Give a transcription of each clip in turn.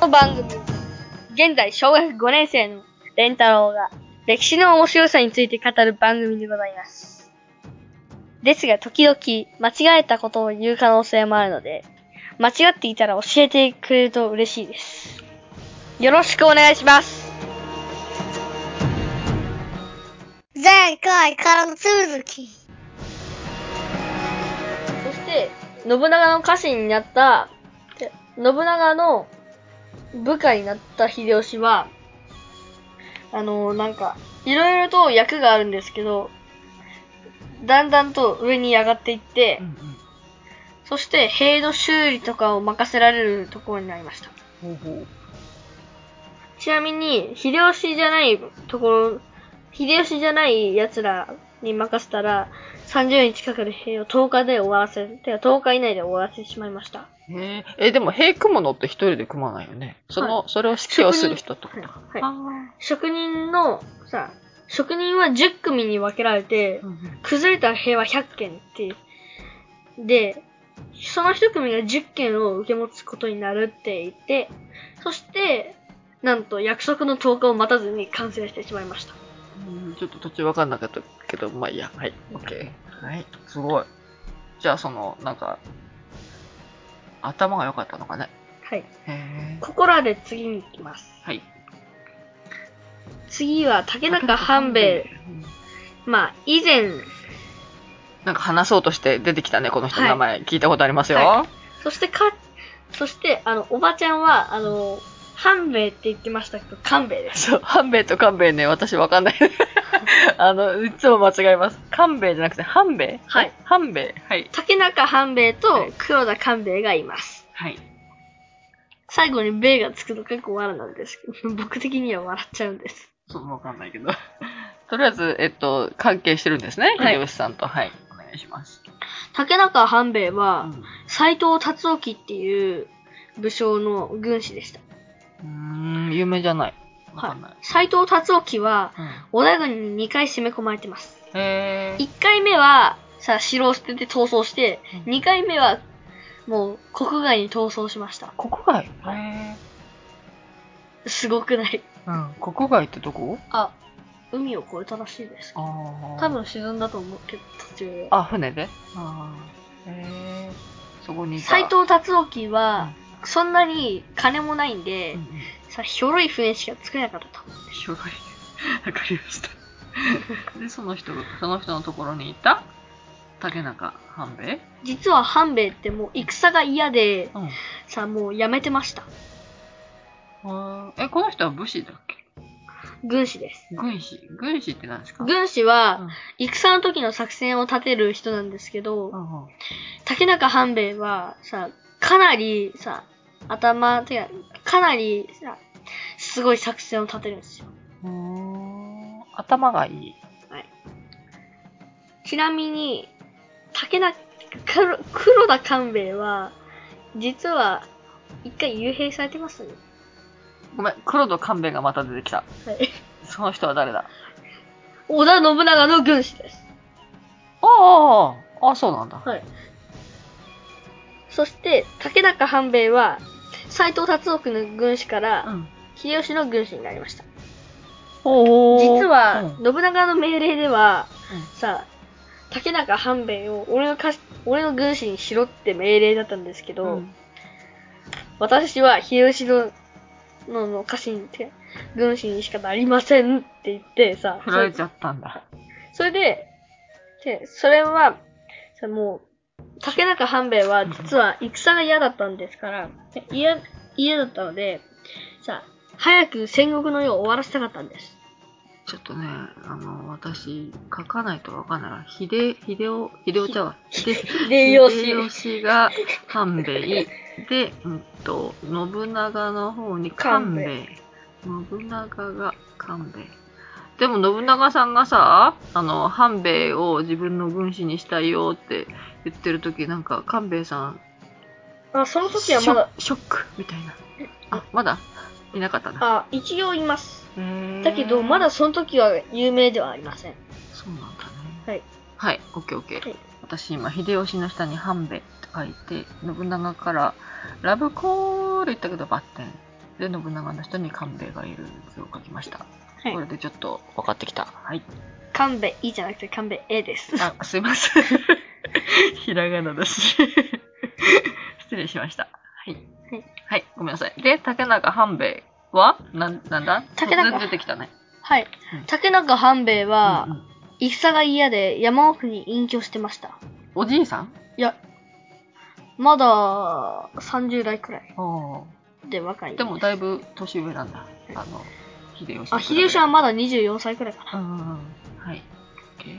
こ番組。現在、小学5年生のレンタロウが歴史の面白さについて語る番組でございます。ですが、時々間違えたことを言う可能性もあるので、間違っていたら教えてくれると嬉しいです。よろしくお願いします。前回からの続き。そして、信長の家臣になった、て信長の部下になった秀吉は、あの、なんか、いろいろと役があるんですけど、だんだんと上に上がっていって、そして兵の修理とかを任せられるところになりました。ほうほう。ちなみに、秀吉じゃないところ、秀吉じゃない奴らに任せたら、30日かかる兵を10日で終わらせる。てか10日以内で終わらせてしまいました。へええ、でも、兵組むのって一人で組まないよね。その、それを指揮をする人ってことか。はい。職人の、さ、職人は10組に分けられて、崩れた兵は100件っていう。で、その1組が10件を受け持つことになるって言って、そして、なんと約束の10日を待たずに完成してしまいました。うんちょっと途中わかんなかったけど、まあいいや。はい。オッケー。はい。すごい。じゃあ、その、なんか、頭が良かったのかね。はい。へえ。ここらで次に行きます。はい。次は竹中半兵衛。うんまあ、以前、なんか話そうとして出てきたね、この人の名前。聞いたことありますよ。はそしてか、そして、あの、おばちゃんは、あの、半兵衛って言ってましたけど、勘兵衛です。そう、半兵衛と勘兵衛ね、私わかんない。 あの、いつも間違えます。勘兵衛じゃなくて、半兵衛はい。半兵衛はい。竹中半兵衛はとい黒田勘兵衛がいます。はい。最後に米がつくと結構笑なんですけど、 僕的には笑っちゃうんです。そう、わかんないけど。 とりあえず、えっと、関係してるんですね。はい秀吉さんと。はい。お願いします。竹中半兵衛うは、ん斎藤達興っていう武将の軍師でした。うーん、有名じゃない。わかんない。斎藤達興は、うん織田軍に2回締め込まれてます。へー1回目はさ城を捨てて逃走してうん2回目はもう国外に逃走しました国外へすごくないーうん。国外ってどこあ海を越えたらしいですあー多。分沈んだと思うけど途中であ、船であーへーそこにいた。斎藤達興はうそんなに金もないんで、んうんさひょろい船しか作れなかったとしょうがない。わかりました。 で、その人、その人のところにいた竹中半兵衛実は半兵衛ってもう戦が嫌でうんさもうやめてましたあー。え、この人は武士だっけ軍師です軍師軍師って何ですか軍師うはん戦の時の作戦を立てる人なんですけど、うんうん竹中半兵衛はさ、かなりさ、頭、てか、かなりさ、すごい作戦を立てるんですよ。うーん頭がいい。ちなみに、竹中、黒黒田官兵衛は、実は、一回幽閉されてますね。ごめん、黒田勘兵衛がまた出てきた。はい。その人は誰だ織田信長の軍師です。ああ、あそうなんだ。はい。そして、竹中半兵衛は、斎藤達興の軍師かうら、ん。秀吉の軍師になりました。おー実は、うん信長の命令では、うんさ竹中半兵衛を俺のかし俺の軍師にしろって命令だったんですけど、うん私は秀吉ののの家臣って軍師にしかなりませんって言ってさ振られちゃったんだ。それででそれはさもう竹中半兵衛は実は戦が嫌だったんですからで嫌嫌だったのでさ早く戦国の世を終わらせたかったんですちょっとね、あの、私、書かないとわかんないな。秀、秀夫、秀夫ちゃうわ。秀秀吉秀吉が半兵衛。で、うんと、信長の方に官官兵兵衛衛。信長が官兵衛。でも信長さんがさ、あの、半兵衛を自分の軍師にしたいよって言ってる時、なんか官兵衛さん、あその時はまだショショックみたいな。あ、まだいなかったな。あ一応いますへーだけど、まだ、その時は有名ではありません。そうなんだね。はい。はい、オッケーオッケー。はい私今、秀吉の下に半兵衛って書いて、信長から、ラブコール言ったけどバッテン。で、信長の下に官兵衛がいる図を書きました。はいこれでちょっと分かってきた。はい。勘弁いいじゃなくて勘弁 A です。あ、すいま せん。ひらがなだし。失礼しました。はいはい。はい、ごめんなさい。で、竹中半兵衛はなん、なんだ竹中突然出てきたね。はいうん。竹中半兵衛はうん、うん戦が嫌で山奥に隠居してました。おじいさんいや、まだ30代くらいあで若い。あ。でもだいぶ年上なんだ。あの、秀吉。あ、秀吉は。まだ24歳くらいかな。うんうんうん。はい。え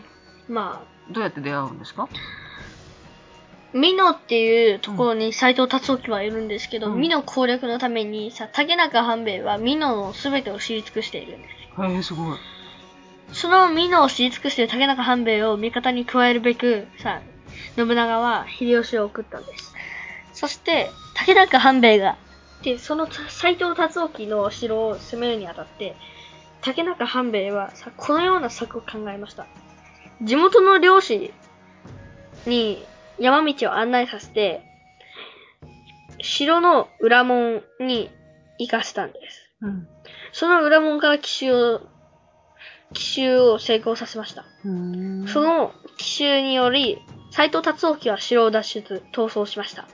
まどうやって出会うんですかあ、美濃っていうところに斎藤達興はいるんですけど、うん美濃攻略のためにさ、竹中半兵衛は美濃の全てを知り尽くしているんでへえ、すごい。す。その美濃を知り尽くしている竹中半兵衛を味方に加えるべく、さ、信長は秀吉を送ったんです。そして、竹中半兵衛が、で、その斎藤達興の城を攻めるにあたって、竹中半兵衛はさ、このような策を考えました。地元の漁師に山道を案内させて、城の裏門に行かせたんです。うん。その裏門から奇襲を、奇襲を成功させました。うんその奇襲により、斎藤達興は城を脱出、逃走しました。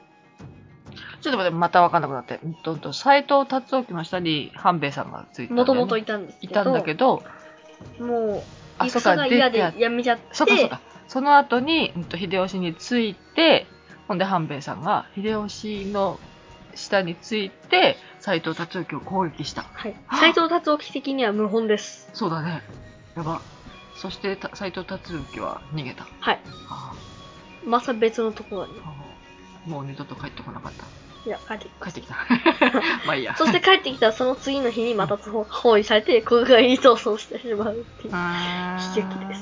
ちょっと待って、また分かんなくなって。うんと、と斎藤達興の下に半兵衛さんがついてたんだもよね、ともといたんですけいど。たんだけど、もう、あ、そっ戦か、が出嫌てでややめちゃって、そっかそっか。その後に、うんと、秀吉について、ほんで半兵衛さんが、秀吉の下について、斎藤達興を攻撃した。はい。斎藤達興的には無本です。そうだね。やば。そして、た斎藤達之は逃げた。はい。あまた別のところにあ。もう二度と帰ってこなかった。いや、帰ってきま帰しってきた。 まあいいや。た。そして帰ってきたその次の日にまた包包囲されて、国外に逃走してしまうっていう。あー、悲劇です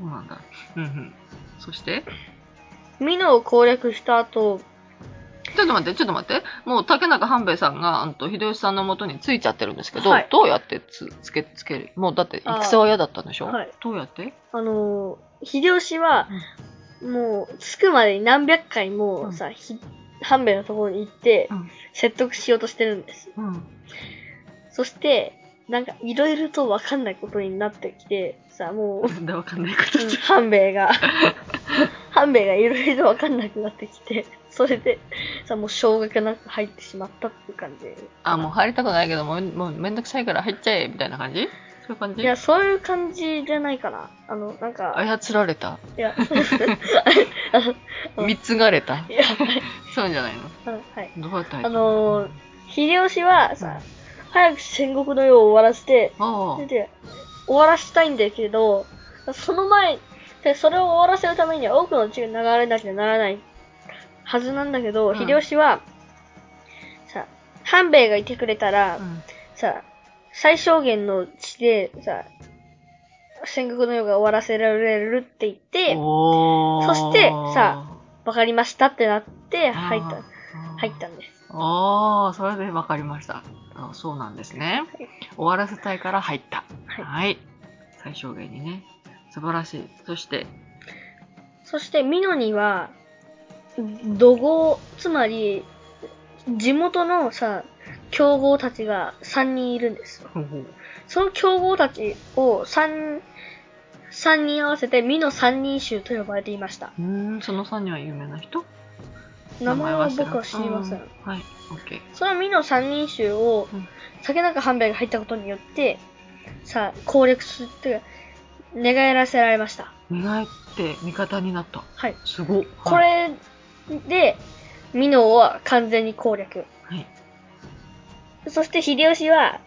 そうなんだ。うんうん。そして、美濃を攻略した後、ちょっと待って、ちょっと待って。もう竹中半兵衛さんが、うんと、秀吉さんの元についちゃってるんですけど、はいどうやってつつけ、つけるもうだって、あー戦は嫌だったんでしょはいどうやってあのー秀吉は、もう、着くまでに何百回もさ、ひ半兵衛のところに行ってうん、説得しようとしてるんです。うん。そして、なんか、いろいろとわかんないことになってきて、さ、 もう、なんだわかんないこと。半兵衛が、半兵衛がいろいろわかんなくなってきて、それで、さ、もう小学なく入ってしまったっていう感じ。あ、もう入りたくないけど、もうもうめんどくさいから入っちゃえ、みたいな感じそういう感いじや、そういう感じじゃないかな。あの、なんか、操られたいや、 うん貢がれたいや、そうじゃないのうんはい。どうやって入ったあのー、秀吉はさ、早く戦国の世を終わらせて、あそれで、終わらしたいんだけど、その前、でそれを終わらせるためには多くの血が流れなきゃならないはずなんだけど、うん秀吉は、さ、半兵衛がいてくれたら、あ。うんさ、最小限の血で、さ、戦国の世が終わらせられるって言って、おーそしてさ、わかりましたってなって、入っあた、ー入ったんです。ああ、それで分かりました。あそうなんですね。終わらせたいから入った。はい最小限にね。素晴らしい。そして、そして、美濃には、土豪、つまり、地元のさ、強豪たちが3人いるんです。その強豪たちを3、三人合わせて、美濃三人衆と呼ばれていました。うーん、その3人は有名な人名前は知らん僕は知りません。うはい、OK。その美濃三人衆をうん、竹中半兵衛が入ったことによって、さ、攻略するっていうか、寝返らせられました。寝返って味方になった。はい。すごっ。こはい、れで、美濃は完全に攻略。はい。そして秀吉は、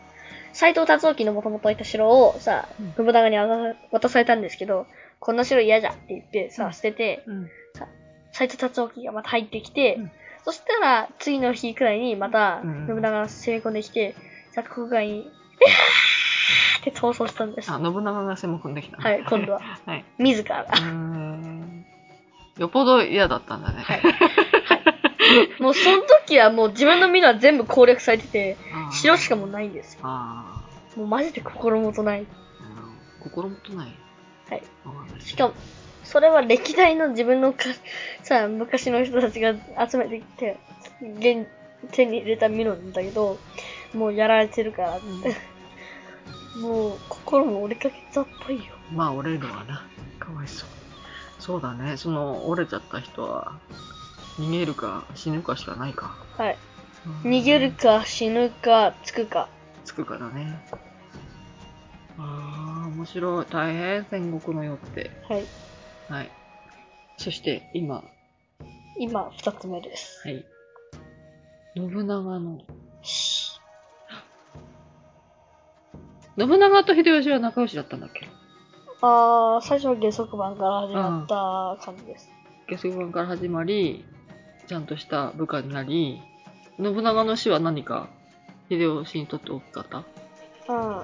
斎藤達興のもともといた城をさう信ん、長に渡渡されたんですけど、こんな城嫌じゃって言ってうさ、ん捨てて、うん。斎藤達興がまた入ってきて、うんそしたら次の日くらいにまたうん信長が攻め込んできて、さ、国外に、うわーって逃走したんであ、す。は信長が攻め込んできた、い、今度は。 は。はい。自らう。ーん。よっぽど嫌だったんだね。はい。もうその時はもう自分の身のは全部攻略されてて、あー城しかもうないんですよ。ああ。もうマジで心もとない。うん心もとない。はい。うんしかも、それは歴代の自分のかさ昔の人たちが集めてきて現手に入れたミノなんだけどもうやられてるからって、うもう心も折れかけたっぽいよ。んまあ折れるわなかわいそうそうだねその折れちゃった人は逃げるか死ぬかしかないか、はい。うん逃げるか死ぬかつくか。つくからねああ面白い大変戦国の世ってはい。はいそして今今、二つ目です。はい信長の信長と秀吉は仲良しだったんだっけあー、最初は下足版から始まった感じです。下足版から始まりちゃんとした部下になり信長の死は何か秀吉にとって大きかったうん。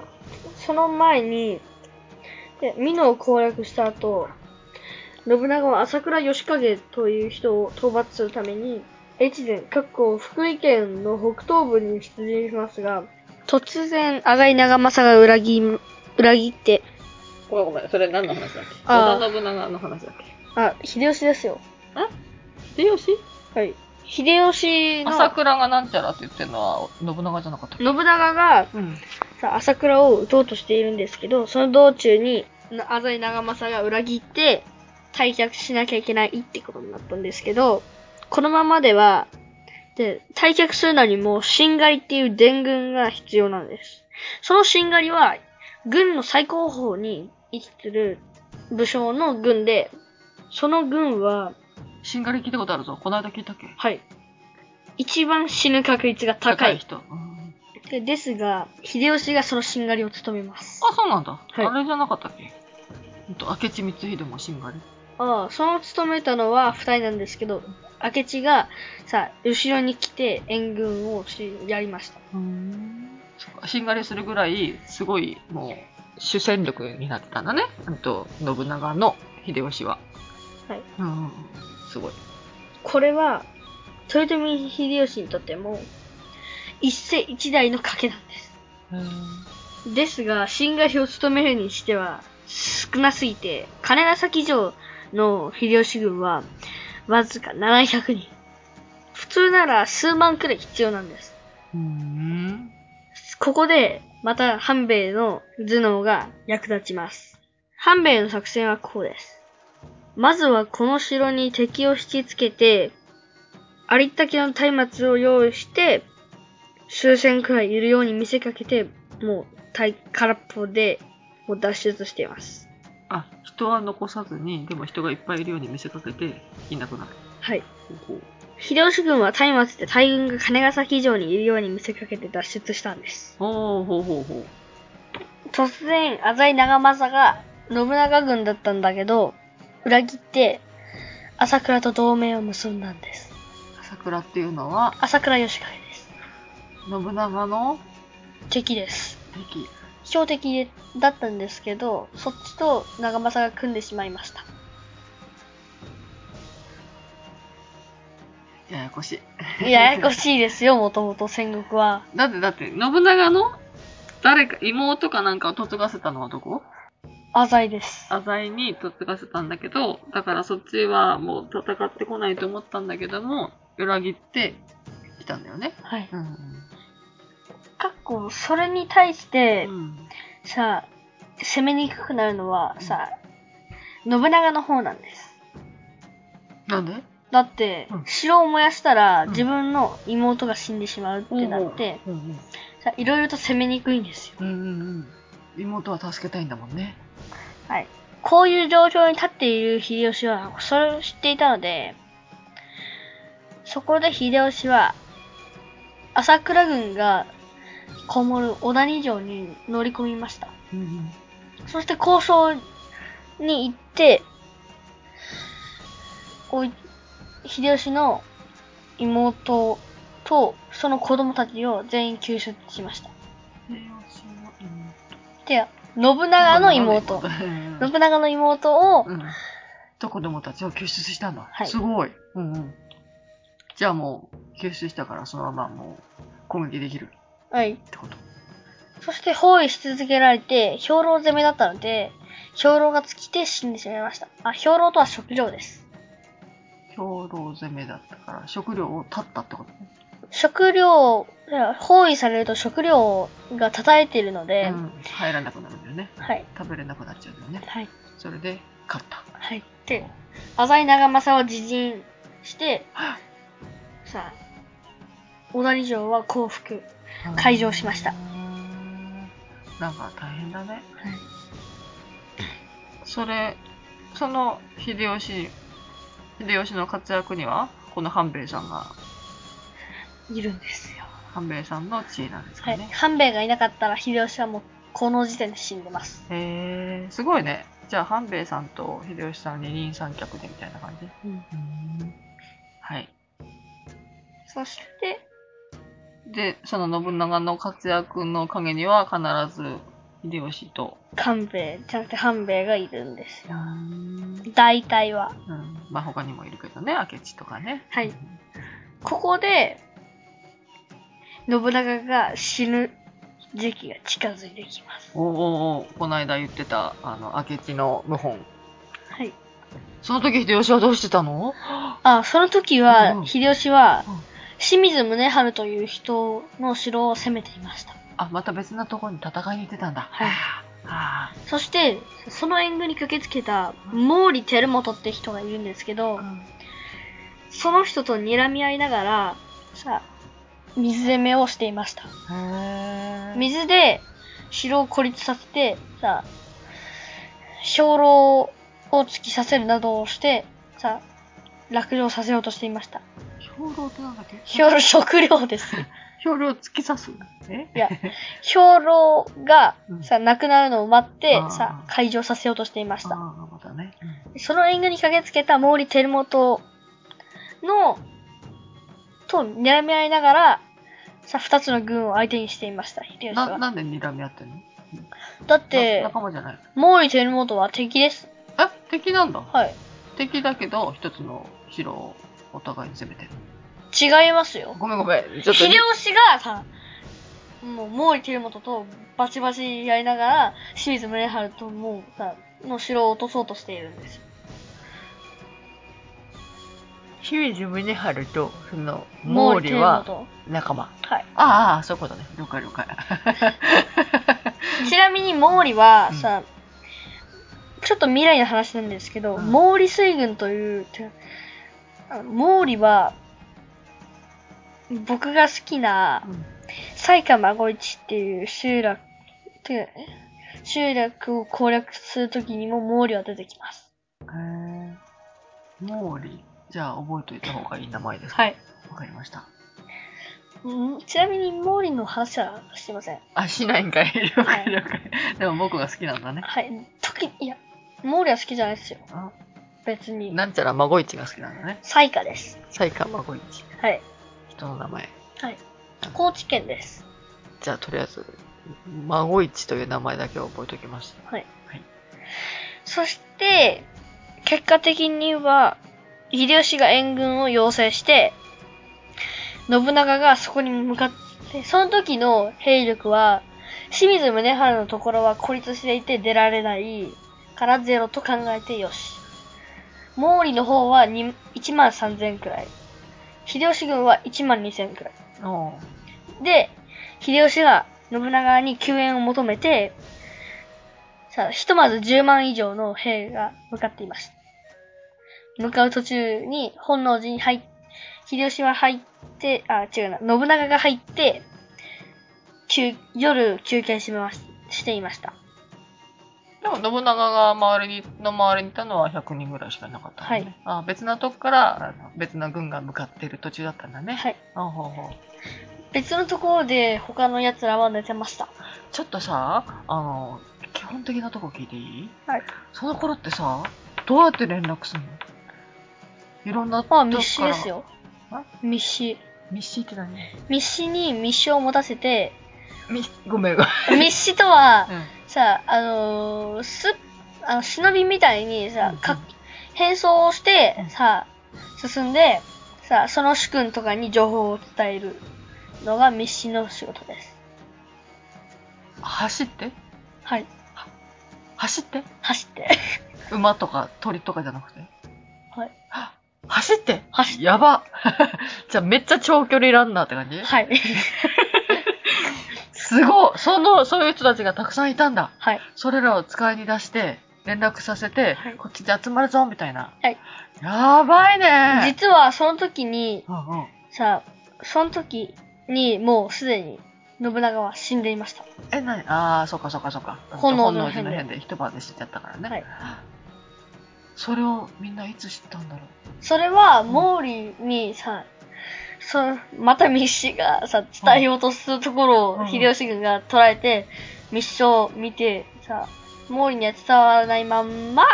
その前に、で、美濃を攻略した後、信長は朝倉義景という人を討伐するために、越前、かっこ福井県の北東部に出陣しますが、突然、阿い長政が裏切、裏切って、ごめんごめんそれ何の話だっけあー織田信長の話だっあ、秀吉ですよ。け秀吉はい。秀吉の、朝信倉がなんちゃらって言ってるのは信長じゃなかったっけ長がうんさ朝倉を撃とうとしているんですけど、その道中に、な浅井長政が裏切って、退却しなきゃいけないってことになったんですけど、このままでは、で、退却するのにも、侵害っていう伝軍が必要なんです。その侵害は、軍の最高峰に位置する武将の軍で、その軍は、しんがり聞いたことあるぞこの間聞いたっけはい、一番死ぬ確率が高い。人、うんでですが、秀吉がそのしんがりを務めます。あそうなんだ、はいあれじゃなかったっけほんと明智光秀もしんがりああ、その務めたのは二人なんですけど、明智がさ、後ろに来て援軍をしやりました。うんしんがりするぐらいすごいもう主戦力になってたんだねうんと信長の秀吉ははいうんすごいこれは、豊臣秀吉にとっても、一世一代の賭けなんです。ですが、新会を務めるにしては少なすぎて、金ヶ崎城の秀吉軍は、わずか700人。普通なら数万くらい必要なんです。うんここで、また、半兵衛の頭脳が役立ちます。半兵衛の作戦はこうです。まずはこの城に敵を引きつけて、ありったけの松明を用意して、数千くらいいるように見せかけて、もう、大空っぽで、もう脱出しています。あ人は残さずにでも人がいっぱいいるように見せかけていなくなるはい。ほう秀吉軍は松明で大軍が金ヶ崎城にいるように見せかけて脱出したんです。ほうほうほうほう突然、浅井長政が信長軍だったんだけど、裏切って、朝倉と同盟を結んだんです。朝倉っていうのは朝倉義景です。信長の敵です。敵標的だったんですけど、そっちと長政が組んでしまいま した。ややこしいややこしいですよ、もともと戦国は。だってだって信長の誰か妹かなんかを嫁がせたのはどこ浅井です。浅井に嫁がせたんだけどだからそっちはもう戦ってこないと思ったんだけども裏切ってきたんだよねはい。うん、かっこ、それに対して、うん、さあ、攻めにくくなるのは、さあ、信長の方なんです。なんでだって、うん城を燃やしたら、ん自分の妹が死んでしまうってなって、うんうんさいろいろと攻めにくいんですよ。うんうんうん妹は助けたいんだもんねはい。こういう状況に立っている秀吉は、それを知っていたので、そこで秀吉は、朝倉軍がこもる小谷城に乗り込みました。うんそして交渉に行って、おい秀吉の妹とその子供たちを全員救出しました。うん秀吉の妹で、信長の妹。うん信長の妹を、うん。と子供たちを救出したんだ。はいすごい。うんうん。じゃあもう、救出したからそのままもう、攻撃できるはい。ってこと。そして包囲し続けられて、兵糧攻めだったので、兵糧が尽きて死んでしまいました。あ、兵糧とは食料です。兵糧攻めだったから、食料を断ったってことね。食料いや包囲されると食料が叩いているので、うん、入らなくなるんだよねはい食べれなくなっちゃうんだよねはいそれで勝ったはいで浅井長政は自陣してはさあ小谷城は降伏開場しましたうーんなんか大変だねはいそれその秀吉秀吉の活躍にはこの半兵衛さんがいるんですよ半兵衛さんの知恵なんですはかいね、半兵衛がいなかったら秀吉はもうこの時点で死んでますへえすごいねじゃあ半兵衛さんと秀吉さん二人三脚でみたいな感じうんはいそしてでその信長の活躍の陰には必ず秀吉と官兵衛じゃなくて半兵衛がいるんですようん大体はまあ他にもいるけどね明智とかねはいここで信長が死ぬ時期が近づいてきますおうおうおうこの間言ってたあの明智の謀反はいその時秀吉はどうしてたのあその時うはん秀吉はうん清水宗春という人の城を攻めていましたあまた別なところに戦いに行ってたんだはいあそしてその援軍に駆けつけた毛利輝元って人がいるんですけど、あその人と睨み合いながらさ水攻めをしていましたへえ水で城を孤立させてさ兵糧を突きさせるなどをしてさ落領させようとしていました兵糧ってなんだっけ兵糧食料です 兵糧を突き刺すえいや兵糧がうんさなくなるのを待ってあーさ開場させようとしていましたああまたね、その援軍に駆けつけた毛利輝元のと睨み合いながらさ2つの軍を相手にしていました秀吉なはなんで睨み合ってんのだってな仲間じゃない毛利輝元は敵ですえ敵なんだ、はい敵だけど一つの城をお互いに攻めてる違いますよごめんごめんちょっと秀吉がさもう毛利輝元とバチバチやりながら清水宗春ともうさの城を落とそうとしているんですよ清水宗春とその毛利輝元仲間はいああそういうことね了解了解 ちなみに毛利はさ、ちょっと未来の話なんですけど、うん毛利水軍という、てあの毛利は、僕が好きなうん埼玉孫一っていう集落、てかえ集落を攻略するときにも毛利は出てきます。へえ毛利じゃあ覚えておいた方がいい名前ですはい。わかりましたちなみに毛利の話はしてません。あしないんかい了はい解了解でも僕が好きなんだねはい。特に、いや、毛利は好きじゃないですよ。あ別に。なんちゃら孫一が好きなんだね西下です。才川孫一はい。人の名前はい。高知県です。じゃあとりあえず孫一という名前だけは覚えておきましたはい。はいそして、結果的には、秀吉が援軍を要請して、信長がそこに向かって、その時の兵力は、清水宗春のところは孤立していて出られないからゼロと考えてよし。毛利の方は1万3000くらい。秀吉軍は1万2000くらい。おうで、秀吉が信長に救援を求めて、さあ、ひとまず10万以上の兵が向かっていました。向かう途中に本能寺に入っ、秀吉は入って、あ、違うな、信長が入って、休夜休憩しまししていました。でも信長が周りにの周りにいたのは100人ぐらいしかいなかったのね、はいあ別なとこからあの別な軍が向かっている途中だったんだね、はい。あほうほう別のところで他の奴らは寝てました。ちょっとさあの基本的なとこ聞いていいはい。その頃ってさどうやって連絡するのいろんなとまこかあ、ら密使ですよあ。密使。密使って何密使に密使を持たせて、密ごめんごめん、密使とは、うんさあのーすあの忍びみたいにさ、うんか変装をしてうんさ進んでさその主君とかに情報を伝えるのが密使の仕事です 走ってはい走って走って 馬とか鳥とかじゃなくてはいは走って走やば じゃあめっちゃ長距離ランナーって感じはい。すごいその、そういう人たちがたくさんいたんだ。はい。それらを使いに出して、連絡させて、はいこっちで集まるぞみたいな。はいやばいね実はその時に、うんうんさ、その時にもうすでに信長は死んでいました。え、なにああ、そっかそっかそっか。炎のの変変での変で一晩で死んじゃったからね。はいそれをみんないつ知ったんだろそれは、毛利にさ、そまた密使がさ、伝えようとするところうをん秀吉軍が捉えて、密書を見て、さ、毛利には伝わらないまんま、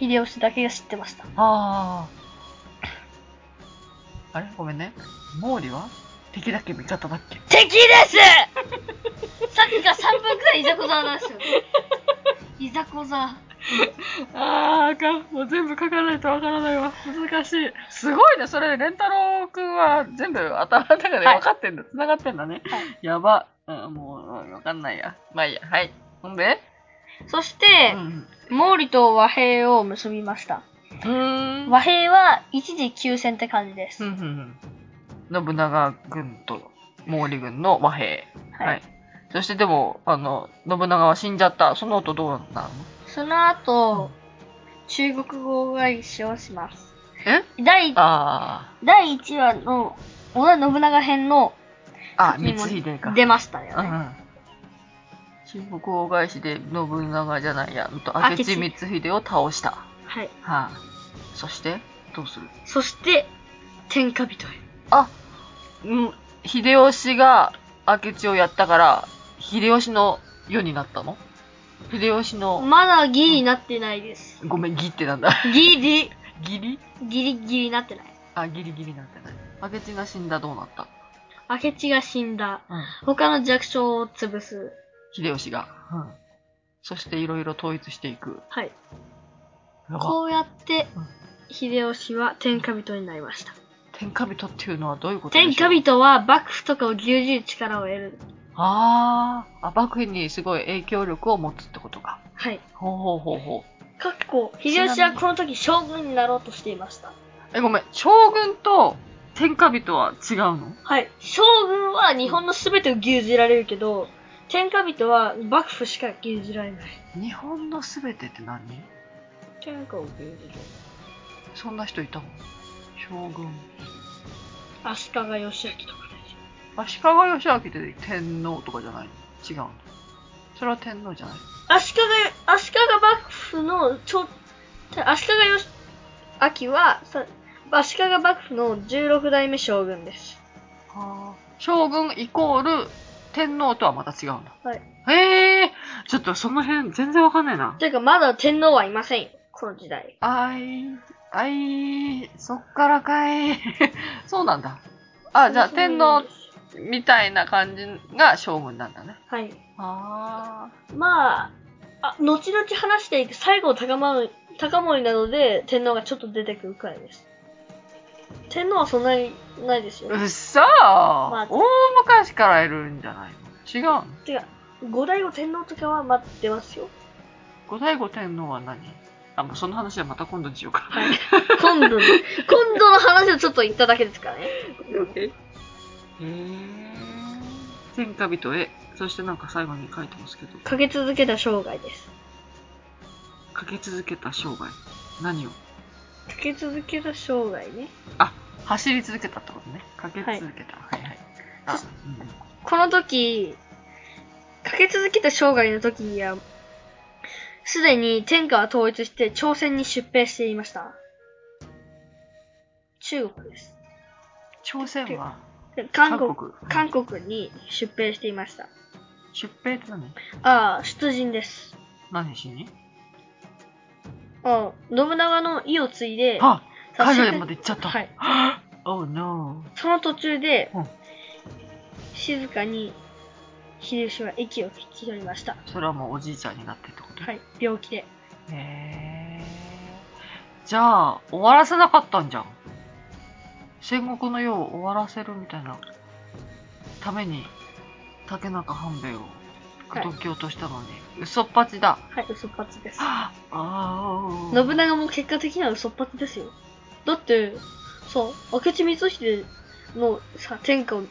秀吉だけが知ってました。う。ああ。あれごめんね。毛利は敵だっけ味方だっけ敵です さっきから3分くらいいざこざなん ですよ。いざこざ。ああ、かもう全部書かないとわからないわ。難しい。すごいね。それ、レンタロウくんは全部頭の中ではい分かってんだ。繋がってんだね。はいやば。うん、もう、分かんないや。まあいいや。はい。ほんでそしうて、ん。毛利と和平を結びました。うーん。和平は一時休戦って感じでうす。んうんうん。信長軍と毛利軍の和平。はい。はい。そしてでも、あの、信長は死んじゃった。その後どうなるのその後、中国語外史をします。え第あ第1話の織田信長編のあ。あ、に光も秀か。出ましたうよんうね。ん。中国王返しで信長じゃないや、うんと明明智智光秀を倒した。ははい。あ、そして、どうするそして、天下人へ。あ、うん、秀吉が明智をやったから、秀吉の世になったの秀吉の、まだギリになってないです。ごめん、義ってなんだ。 ギリ、義理ギリギリなってない。あ、ギリギリなんてない。明智が死んだどうなった明智が死んだ。うん。他の弱小を潰す。秀吉が。うん。そしていろいろ統一していく。はい。やばこうやってうん、秀吉は天下人になりました。天下人っていうのはどういうことでしょ天う下人は幕府とかを牛耳る力を得る。あーあ、幕府にすごい影響力を持つってことか。はい。ほうほうほうほう。かっこ、秀吉はこの時将軍になろうとしていました。え、ごめん、将軍と天下人は違うのはい。将軍は日本の全てを牛耳られるけど、天下人は幕府しか牛耳られない。日本のすべてって何天下を牛耳る。そんな人いたの将軍。足利義明とか足利義明って天皇とかじゃないの違うのそれは天皇じゃない足利、足利幕府のちょ、足利義明は、さ足利幕府の16代目将軍です。あー将軍イコール天皇とはまた違うんだ。はい。へえー、ちょっとその辺全然わかんないな。というか、まだ天皇はいませんよ。この時代。あい、あい、そっからかい。 そうなんだ。あ、じゃあ天皇みたいな感じが将軍なんだね。はい。あまあ、あ、後々話していく最後高ま高森などで天皇がちょっと出てくるくらいです。天皇はそんなにないですよ。うっそー、あ大昔からいるんじゃないの違うのてか、五代後天皇とかは待ってますよ。後醍醐天皇は何あ、もうその話はまた今度にしようか。はい。 今度の、今度の話をちょっと言っただけですからね。へえ。天下人へ、そしてなんか最後に書いてますけど、かけ続けた生涯です。かけ続けた生涯。何をかけ続けた生涯ね。あ、走り続けたってことね。かけ続けた。はい、はい、あ、そうんうん。この時、かけ続けた生涯の時には、すでに天下は統一して朝鮮に出兵していました。中国です。朝鮮はで韓国、韓韓国に出兵していました。出兵って何ああ、出陣です。何しにああ、信長の意を継いで、あ、さ海外まで行っちゃった。はい。 Oh no. その途中で、うん静かに秀吉は息を引き取りました。それはもうおじいちゃんになってってことはい、病気で。へえ。じゃあ、終わらせなかったんじゃん。戦国の世を終わらせるみたいなために、竹中半兵衛を口説き落としたのに、嘘っぱちだ。はい、嘘っぱちです。ああ。信長も結果的には嘘っぱちですよ。だって、さ、明智光秀のさ、天下を、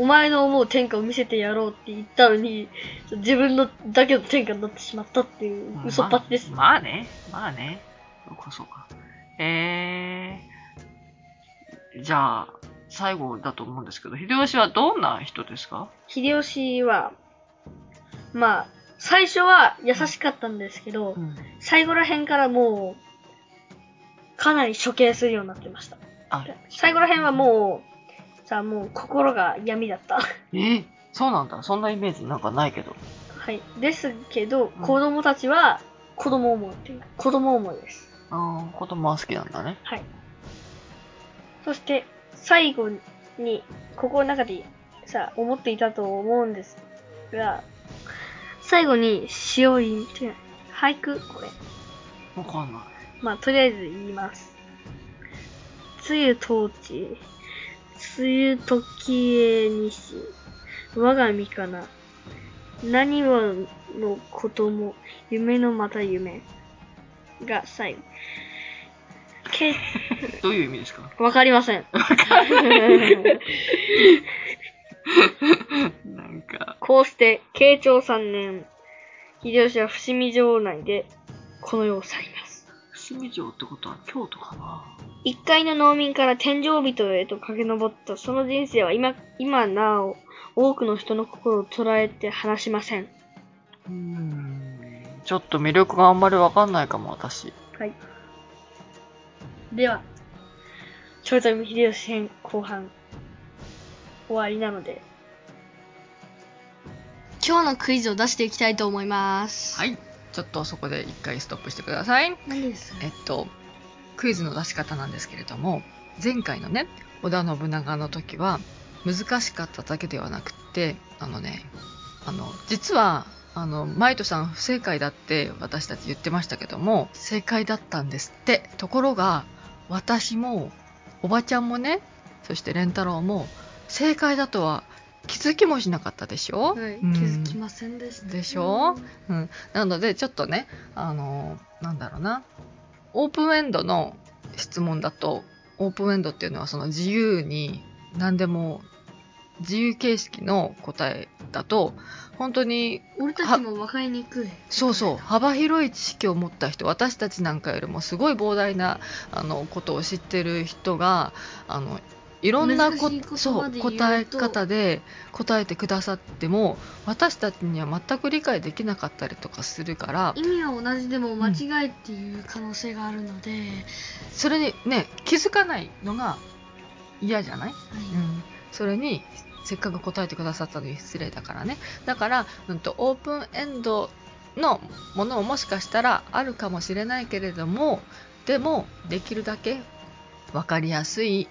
お前の思う天下を見せてやろうって言ったのに、自分のだけの天下になってしまったっていう嘘っぱちです。まあ。まあね、まあね。そうか、そうか。えー、じゃあ、最後だと思うんですけど、秀吉はどんな人ですか秀吉は、まあ、最初は優しかったんですけど、ん。最後ら辺からもう、かなり処刑するようになってました。あ最後ら辺はもう、さあもう心が闇だった。う。えーそうなんだ。そんなイメージなんかないけど。はい。ですけど、うん子供たちは子供思いっていう、子供思いです。ああ、子供は好きなんだね。はい。そして、最後に、ここの中でさ、思っていたと思うんですが、最後に、しおりんっていう、俳句これ。わかんない。まあ、とりあえず言います。梅雨当地、梅雨時へ西、我が身かな。何はのことも、夢のまた夢。が最後。け、どういう意味ですかわかりません。なんか、こうして、慶長3年、秀吉は伏見城内で、この世を去ります。伏見城ってことは京都かな一階の農民から天井人へと駆け上ったその人生は今今なお多くの人の心を捉えて離しません。うーん。ちょっと魅力があんまりわかんないかも、私。はい。では、豊臣秀吉編後半終わりなので。今日のクイズを出していきたいと思います。。はいい。ちょっとそこで一回ストップしてください。何ですえっと、クイズの出し方なんですけれども、前回のね、織田信長の時は、難しかっただけではなくって、あのね、あの、実は、あの、マイトさん不正解だって私たち言ってましたけども、正解だったんですって。ところが、私も、おばちゃんもね、そしてレンタロウも、正解だとは気づきもしなかったでしはょ、い、気うんづきませんでした。でしょうん、なのでちょっとねあのなんだろうなオープンエンドの質問だとオープンエンドっていうのはその自由に何でも自由形式の答えだと本当に俺たちも分かりにくい。そうそう幅広い知識を持った人私たちなんかよりもすごい膨大なあのことを知ってる人があのいろんなこ難しい言葉そうで言うと答え方で答えてくださっても私たちには全く理解できなかったりとかするから意味は同じでも間違いっていう可能性があるので、それにね気づかないのが嫌じゃないうん、それにせっかく答えてくださったのに失礼だからねだから、うん、とオープンエンドのものももしかしたらあるかもしれないけれどもでもできるだけ分かりやすい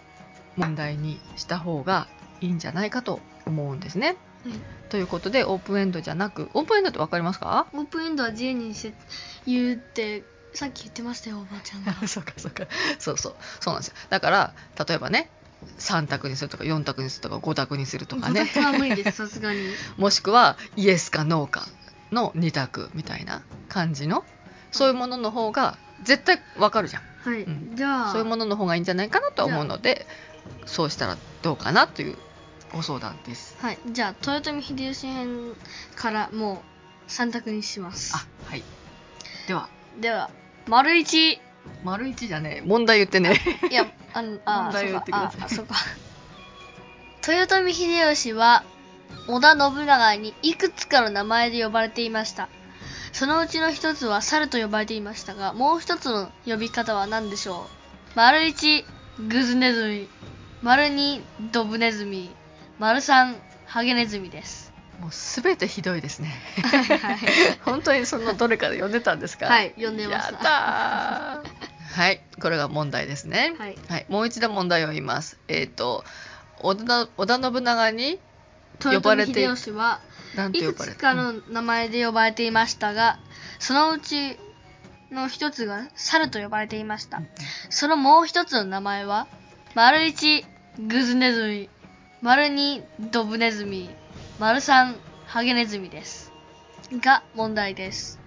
問題にした方がいいんじゃないかと思うんですね。うんということでオープンエンドじゃなくオープンエンドって分かりますかオープンエンドは自由にして言うってさっき言ってましたよおばあちゃんがそうかそうかそうそうそうなんですよだから例えばね3択にするとか4択にするとか5択にする とかね五択は無理ですさすがに もしくはイエスかノーかの2択みたいな感じのそういうものの方が絶対わかるじゃんはい、うんじゃあそういうものの方がいいんじゃないかなとは思うのでそうしたらどうかなというご相談ですはいじゃあ豊臣秀吉編からもう三択にしますあはいではでは丸一い丸一じゃねえ問題言ってねやあのあ問題を言ってくださいあそうかあそうか 豊臣秀吉は織田信長にいくつかの名前で呼ばれていましたそのうちの一つは猿と呼ばれていましたがもう一つの呼び方は何でしょう丸1グズネズミ丸2ドブネズミ丸3ハゲネズミ ですもう全てひどいですね 本当にそのどれかで読んでたんですかはい読んでましたやったー はいこれが問題ですねはいはい、もう一度問題を言います。えっ、と織田織田信長に呼ば豊れ臣て秀吉は何いて呼くばれつてかの名前で呼ばれていましたがそのうちの一つが猿と呼ばれていましたそのもう一つの名前は丸1グズネズミ丸2ドブネズミ丸3ハゲネズミですが問題です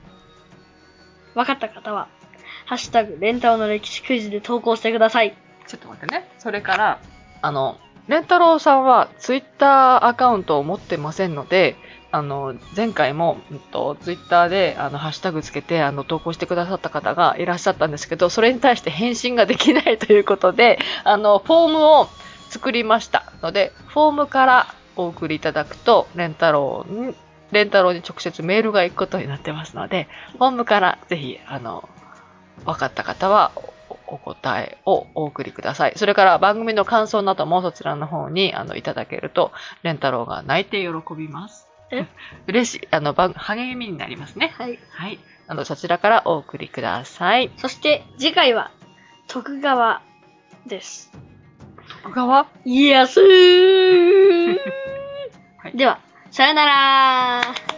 分かった方は「ハッシュタグ、レンタオの歴史クイズで投稿してください。ちょっと待ってね。それから、あの、レンタロウさんはツイッターアカウントを持ってませんので、あの、前回も、うんと、ツイッターで、あの、ハッシュタグつけて、あの、投稿してくださった方がいらっしゃったんですけど、それに対して返信ができないということで、あの、フォームを作りましたので、フォームからお送りいただくと、レンタロウに、レンタロウに直接メールが行くことになってますので、フォームからぜひ、あの、分かった方はおお答えをお送りください。それから番組の感想などもそちらの方にあのいただけると、レンタロウが泣いて喜びますえ。 嬉しい。あの、番励みになりますね。はい。はい。あの、そちらからお送りください。そして、次回は、徳川です。徳川イエスーはいでは、さよなら